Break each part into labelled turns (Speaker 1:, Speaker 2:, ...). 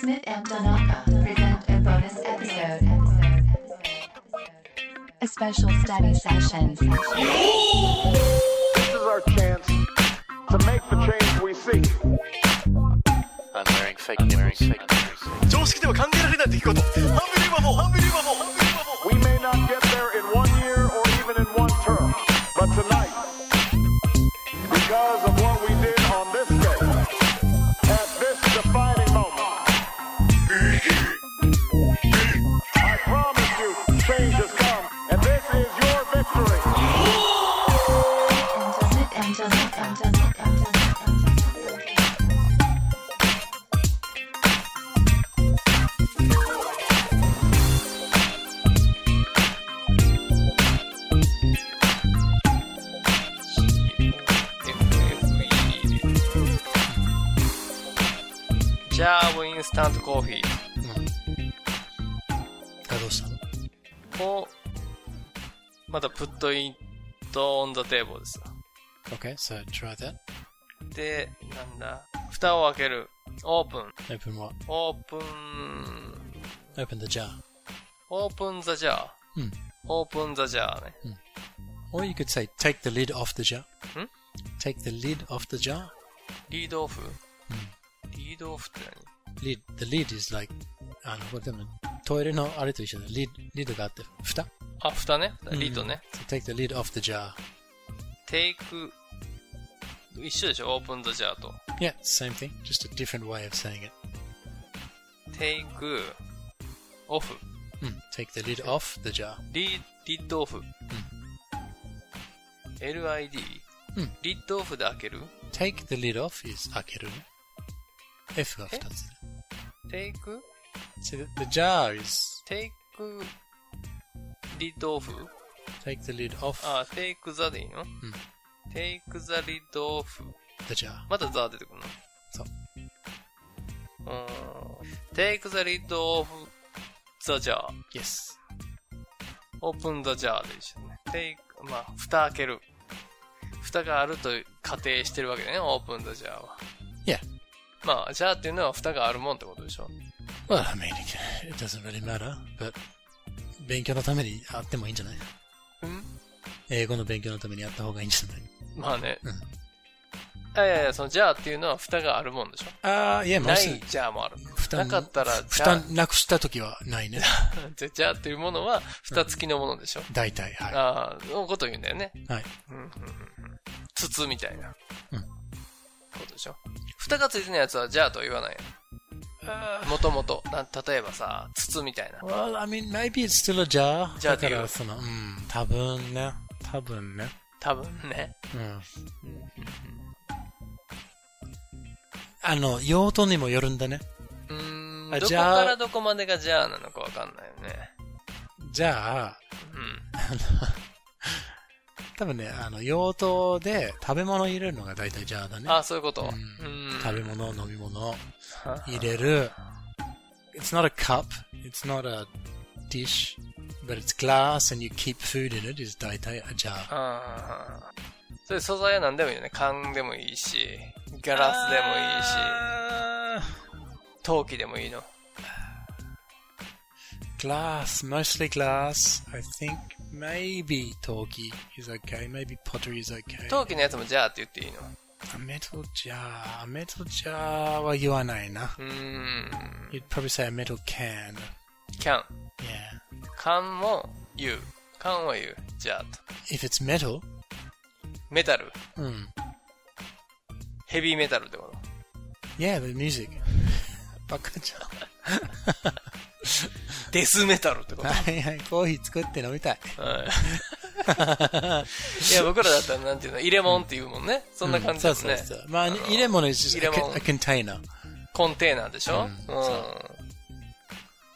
Speaker 1: Smith and Donaka present a bonus episode. A special study session.
Speaker 2: This is our chance to make the change we seek.
Speaker 3: I'm wearing fake nipples. Fake nipples.
Speaker 4: 常識では考えられない出来事ハンビリバボーハンビリバボーハンビリバボー
Speaker 2: We may not get there in one year or even in one term, but tonight, because of what we did on this day, at this defining moment, I promise you, change has come, and this is your victory.
Speaker 1: Smith and Donaka.
Speaker 5: Jarve インスタントコーヒー。
Speaker 4: あどうしたの
Speaker 5: を、また put it on the table ですよ。
Speaker 4: ?Okay, so try that.
Speaker 5: で、なんだ、蓋を開ける。オープン。
Speaker 4: Open what?
Speaker 5: オープン、
Speaker 4: Open the jar.
Speaker 5: オープンザジャー。
Speaker 4: うん
Speaker 5: オープンザジャーね。
Speaker 4: Or you could say, take the lid off the jar.
Speaker 5: ん
Speaker 4: Take the lid off the jar.
Speaker 5: リードオフ、リードオフって
Speaker 4: Lid, the lid is like, あの、これでも、トイレのあれと一緒だ。lid, リッドがあって、蓋
Speaker 5: 何あ、蓋ね。リードね。。
Speaker 4: Mm. So take the lid off the jar.
Speaker 5: テイク、一緒でしょオープンザジャーと。
Speaker 4: Yeah, same thing. Just a different way of saying it.
Speaker 5: テイク、オフ。
Speaker 4: うん。Take Mm. the lid off the jar.
Speaker 5: リリッドオフ。LID?
Speaker 4: うん
Speaker 5: リッドオフで開ける
Speaker 4: Take the lid off is 開けるね。F が2つ。
Speaker 5: テイク
Speaker 4: So the, the jar is
Speaker 5: テイク、リッドオフ
Speaker 4: take the lid off
Speaker 5: あ、テイクザでいいのテイクザリッドオフ。
Speaker 4: the jar.
Speaker 5: またザ出てくるの
Speaker 4: そう。
Speaker 5: うーん。テイクザリッドオフザジャー。
Speaker 4: Yes.
Speaker 5: オープンザジャーで一緒ね。テイク、まあ、蓋開ける。蓋があると仮定してるわけだよね、オープンザジャーは。
Speaker 4: Yeah.
Speaker 5: まあ、ジャーっていうのは蓋があるもんってことでしょ。
Speaker 4: Well, I mean, it- it doesn't really matter, but 勉強のためにあってもいいんじゃない
Speaker 5: うん
Speaker 4: 英語の勉強のためにあった方がいいんじゃない
Speaker 5: まあね。
Speaker 4: うん
Speaker 5: あいやいや、そのジャーっていうのは蓋があるもんでしょ。
Speaker 4: ああ、いや、も
Speaker 5: ない
Speaker 4: し、
Speaker 5: ジャーもある。
Speaker 4: 負
Speaker 5: なかったら、
Speaker 4: 負
Speaker 5: ジャー
Speaker 4: 担、なくした時はないね。
Speaker 5: でジャーっていうものは蓋付きのものでしょ。
Speaker 4: 大体、は
Speaker 5: ああ、のこと言うんだよね。
Speaker 4: い。はい。
Speaker 5: うんうんうん筒みたいな。
Speaker 4: うん
Speaker 5: ことでしょ。蓋が付いてないやつはジャーとは言わないよ。もともと、な例えばさ、筒みたいな。
Speaker 4: Well, I mean, maybe it's still a jar.
Speaker 5: ジャー
Speaker 4: だ
Speaker 5: って
Speaker 4: か
Speaker 5: いう
Speaker 4: ら、その、うん、多分ね。多分ね。
Speaker 5: 多分ね。
Speaker 4: うん。あの、用途にもよるんだね。
Speaker 5: うーん、
Speaker 4: あ
Speaker 5: どこ
Speaker 4: ジャー
Speaker 5: からどこまでがジャーなのかわかんないよね。
Speaker 4: じゃあ、
Speaker 5: うん。
Speaker 4: 多分ね、あの、用途で食べ物入れるのが大体ジャーだね。
Speaker 5: あ、そういうこと。
Speaker 4: う
Speaker 5: うん
Speaker 4: 食べ物、飲み物
Speaker 5: は
Speaker 4: 入れる。It's not a cup, it's not a dish, but it's glass and you keep food in it is 大体 a jar.
Speaker 5: ああ。それ素材は何でもいいよね。缶でもいいし、ガラスでもいいし、陶器でもいいの。
Speaker 4: Glass, mostly glass. I think maybe toki is okay, maybe pottery is okay.
Speaker 5: 陶器のやつもジャーって言っていいの。
Speaker 4: A metal jar, a metal jar は言わないな。
Speaker 5: うーん。
Speaker 4: You'd probably say a metal can.
Speaker 5: キャン。
Speaker 4: Yeah.
Speaker 5: 缶も言う。缶は言う。ジャーと。
Speaker 4: If it's metal,
Speaker 5: メタル。
Speaker 4: mm.
Speaker 5: ヘビーメタルってこと。
Speaker 4: yeah, the music. バカじゃん。
Speaker 5: デスメタルってこと。は
Speaker 4: はいはい、コーヒー作って飲みたい。
Speaker 5: い。いや、僕らだったらなんていうの、入れ物って言うもんね。そんな感じだもんね。
Speaker 4: そうそうそう。まあ、
Speaker 5: の
Speaker 4: 入れ物 is just
Speaker 5: 入れ
Speaker 4: a,
Speaker 5: 物
Speaker 4: con- a container.
Speaker 5: コンテーナーでしょ、う、
Speaker 4: うんん
Speaker 5: はい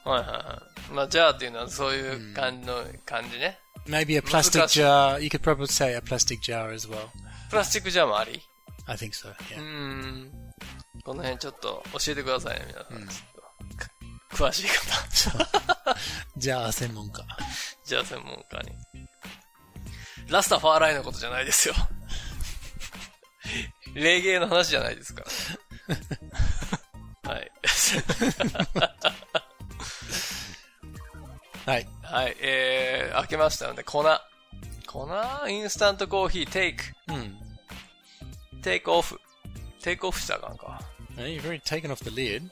Speaker 5: はいはい。まあ、ジャーっていうのはそういう感じの、感じね。
Speaker 4: Maybe a plastic
Speaker 5: 難しい
Speaker 4: jar. You could probably say a plastic jar as well.
Speaker 5: プラスチックジャーもあり
Speaker 4: I think so.
Speaker 5: うー
Speaker 4: Yeah.
Speaker 5: ん。この辺ちょっと教えてくださいね、皆さん。ちょっと詳しい方。Mm.
Speaker 4: じゃあ、専門家。
Speaker 5: ジャー専門家に。ラスタファーライのことじゃないですよ。レゲエの話じゃないですから。 はい、えー、開けましたので、粉。粉インスタントコーヒー、テイク。
Speaker 4: Hmm.
Speaker 5: テイクオフ。テイクオフしたらあかんか。
Speaker 4: Now you've already taken off the lid.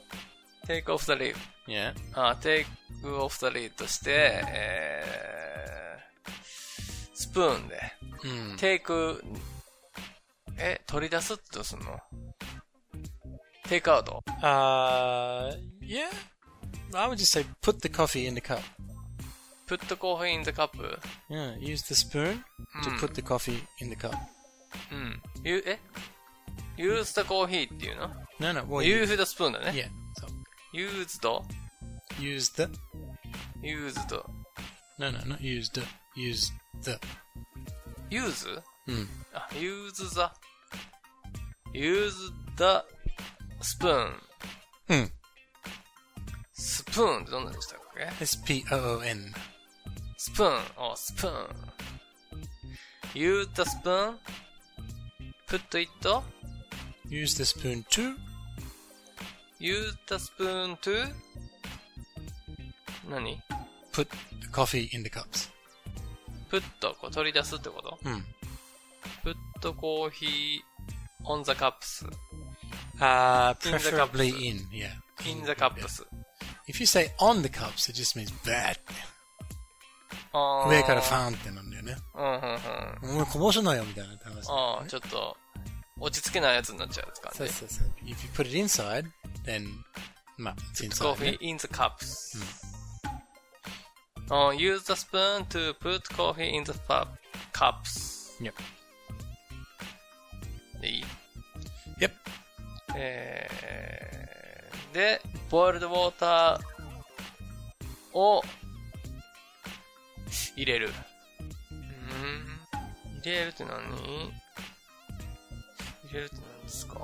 Speaker 5: テイクオフ the lead。
Speaker 4: Yeah.
Speaker 5: あ、テイクオフ the lead として、えー、スプーンで。
Speaker 4: Hmm.
Speaker 5: テイク、え、取り出すってどうすんのテイクアウト
Speaker 4: Uh, yeah. I would just say put the coffee in the cup.
Speaker 5: ?put coffee in the cup?
Speaker 4: Yeah. Use the spoon to
Speaker 5: Hmm.
Speaker 4: put the coffee in the cup.
Speaker 5: うん。ゆえ ?use the coffee っていうの
Speaker 4: No, no. Well, you.
Speaker 5: ?use the spoon だね。
Speaker 4: Yeah. So
Speaker 5: used,
Speaker 4: use the.
Speaker 5: used,
Speaker 4: No, no, not use the. Use the.
Speaker 5: use?
Speaker 4: Hmm.
Speaker 5: あ、use the, use the spoon.
Speaker 4: Hmm.
Speaker 5: スプーンってどんなんでしたっけ
Speaker 4: S P O O N.
Speaker 5: スプーン、お、スプーン。use the spoon, put it,
Speaker 4: Use the spoon to.
Speaker 5: use the spoon to, 何
Speaker 4: Put the coffee in the cups.
Speaker 5: put こう取り出すってこと
Speaker 4: Hmm.
Speaker 5: ?put coffee on the cups,
Speaker 4: Uh,
Speaker 5: In the cups.
Speaker 4: preferably in, yeah.
Speaker 5: in the cups.
Speaker 4: If you say on the cups, it just means bad.
Speaker 5: あー
Speaker 4: 上からファーンってなんだよね。
Speaker 5: うんうんうん。
Speaker 4: もうこぼすなよみたいなって話。
Speaker 5: ああ、ちょっと、落ち着けないやつになっちゃう感じ。
Speaker 4: そうそうそう。If you put it inside, then, まあ、it's inside.
Speaker 5: coffee
Speaker 4: ね
Speaker 5: in the cups. Uh, use the spoon to put coffee in the pu- cups.
Speaker 4: Yep.
Speaker 5: でいい
Speaker 4: Yep.
Speaker 5: えー、で、boiled water を入れる。うん入れるって何入れるって何ですか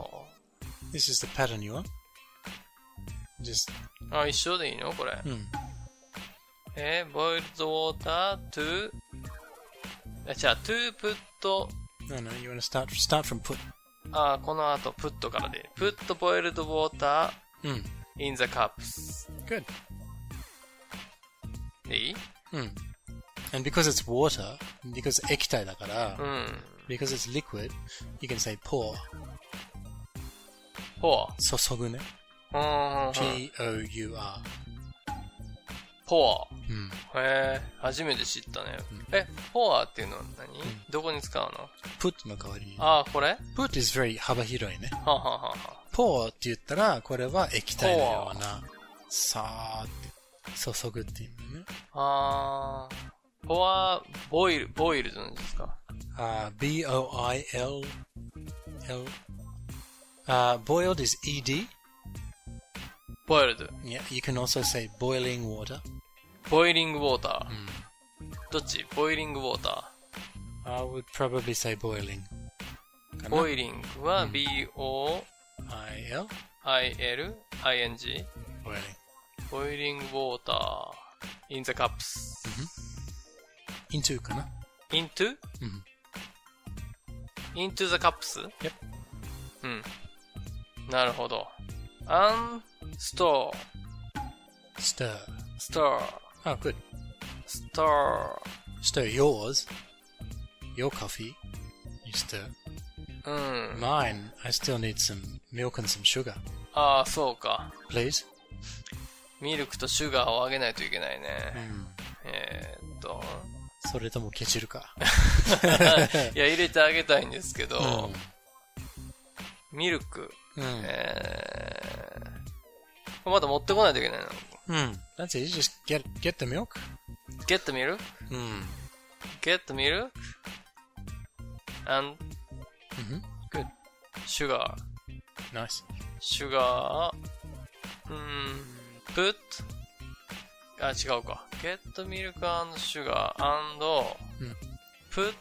Speaker 4: This is the pattern you want. Just, hmm,
Speaker 5: あ、一緒でいいのこれ。
Speaker 4: うん。
Speaker 5: えー、boiled water to, あ、じゃあ、to put,
Speaker 4: No, no, you want to start, start from put.
Speaker 5: あー、この後 put からで。put boiled water
Speaker 4: うん。
Speaker 5: in the cups.
Speaker 4: Hmm, Good.
Speaker 5: でいい
Speaker 4: Mm. And because it's water, because 液体だから、
Speaker 5: うん。
Speaker 4: because it's liquid, you can say pour.
Speaker 5: ほう。
Speaker 4: 注ぐね。
Speaker 5: うんうんうん。
Speaker 4: P-O-U-R.
Speaker 5: ポ
Speaker 4: うん。
Speaker 5: ア。へえ、初めて知ったね。え、ポアっていうのは何、どこに使うの
Speaker 4: put の代わりに。
Speaker 5: ああ、これは
Speaker 4: put is very 幅広いね。
Speaker 5: あ、はあはあ、
Speaker 4: pour って言ったら、これは液体のような、さーって、注ぐっていう意味ね。
Speaker 5: はあ。あーポア、ボイル、ボイルじゃないですか。
Speaker 4: あー B-O-I-L, L, あー boiled is ED.
Speaker 5: ボイルド。
Speaker 4: Yeah, you can also say boiling water.
Speaker 5: ボイリングウォーター。どっちボイリングウォータ
Speaker 4: I would probably say boiling.
Speaker 5: ー。
Speaker 4: かな
Speaker 5: ボイリングは B-O-I-L-I-N-G。
Speaker 4: I-L, boiling.
Speaker 5: ボイリングウォーター。in the cups.
Speaker 4: into かな
Speaker 5: into?
Speaker 4: うん
Speaker 5: into the cups?
Speaker 4: Yep.
Speaker 5: うん。なるほど。un, store,
Speaker 4: stir.
Speaker 5: store,
Speaker 4: Oh, good.
Speaker 5: store.
Speaker 4: Stir yours. Your coffee. You stir.
Speaker 5: うん。
Speaker 4: Mine, I still need some milk and some sugar.
Speaker 5: ああ、そうか。
Speaker 4: Please.
Speaker 5: ミルクとシュガーをあげないといけないね。
Speaker 4: Mm.
Speaker 5: えーっと。
Speaker 4: それともケチるか。
Speaker 5: いや、入れてあげたいんですけど、ミルク。
Speaker 4: うん。うん。
Speaker 5: えー、これまだ持ってこないといけないの。
Speaker 4: うん。That's Mm. it. You just get, get the milk.
Speaker 5: get milk,
Speaker 4: うん
Speaker 5: get milk, and
Speaker 4: うん。
Speaker 5: good. sugar,
Speaker 4: Nice.
Speaker 5: sugar, うーん put, あ、違うか。get milk and sugar and
Speaker 4: うん
Speaker 5: put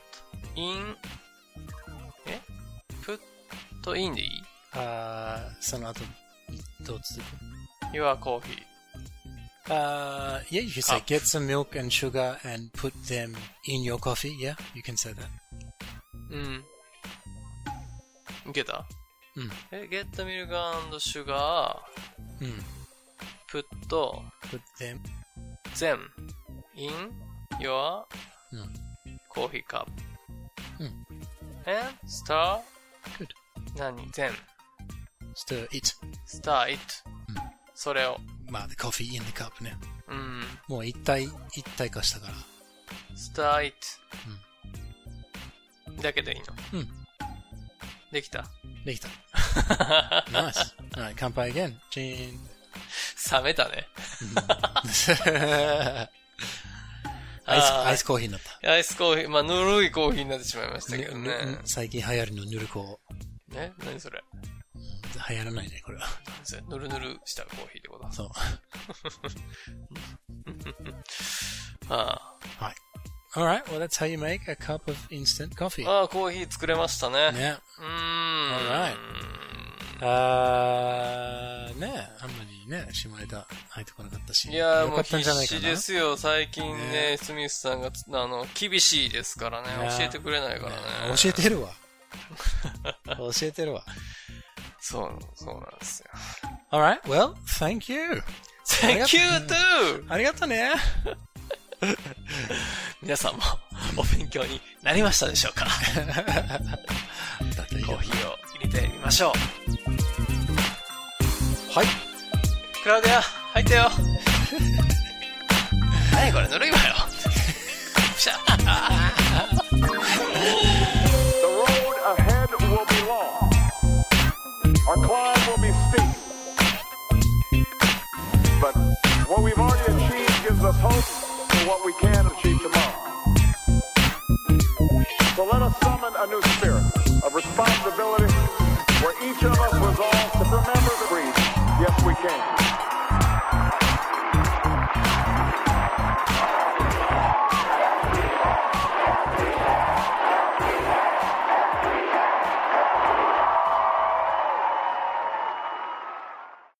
Speaker 5: in, え put in でいい
Speaker 4: あーその後、どう続く
Speaker 5: ?your coffee.
Speaker 4: あ h Uh, yeah, you can say get some milk and sugar and put them in your coffee. Yeah, you can say that.
Speaker 5: うん。いけた
Speaker 4: うん。
Speaker 5: え、ゲットミルクシュガー、
Speaker 4: うん。
Speaker 5: プット、
Speaker 4: Put them
Speaker 5: ゼン、 in your
Speaker 4: うん。
Speaker 5: coffee cup.
Speaker 4: うん
Speaker 5: And stir
Speaker 4: Good.
Speaker 5: 何 then
Speaker 4: Stir it.
Speaker 5: stir it.
Speaker 4: うん
Speaker 5: それを。
Speaker 4: まあ、the coffee in the cup ね。
Speaker 5: うん。
Speaker 4: もう一体、一体化したから。
Speaker 5: stir it. だけでいいの。
Speaker 4: うん。
Speaker 5: できた。
Speaker 4: できた。nice. Alright, 乾杯 again. チー ン。
Speaker 5: 冷めたね。
Speaker 4: アイス、
Speaker 5: あー
Speaker 4: アイスコーヒーになった。
Speaker 5: アイスコーヒー、まあ、ぬるいコーヒーになってしまいましたけどね。
Speaker 4: ぬぬ最近流行るのぬるこ。
Speaker 5: ね何それ
Speaker 4: 流行らないね、これは。
Speaker 5: 何それぬるぬるしたコーヒーってこと
Speaker 4: そう。
Speaker 5: あ
Speaker 4: Alright, well that's how you make a cup of instant coffee.
Speaker 5: あああ、コーヒー作れましたね。
Speaker 4: ね。
Speaker 5: うーん。
Speaker 4: Alright. あー、ねあんまりね、しまいだ入ってこなかったし。
Speaker 5: いやー
Speaker 4: よ
Speaker 5: も
Speaker 4: か
Speaker 5: う
Speaker 4: ったん
Speaker 5: 必
Speaker 4: じゃないか
Speaker 5: 死
Speaker 4: な。
Speaker 5: ですよ。最近ね、
Speaker 4: ね
Speaker 5: スミスさんがつ、あの、厳しいですからね
Speaker 4: ね。
Speaker 5: 教えてくれないからね。
Speaker 4: ね教えて るわ。教えてるわ。
Speaker 5: そう、そうなんですよ。
Speaker 4: Alright, well, thank you.
Speaker 5: Thank you too!
Speaker 4: ありがありがとね。
Speaker 5: 皆さんもお勉強になりましたでしょうか
Speaker 4: だっていい
Speaker 5: コ
Speaker 4: よ
Speaker 5: ーヒーを入れてみましょう。
Speaker 4: はい。
Speaker 5: クラウディア、入ってよ。何これ、ぬるいわよ。ふしゃあー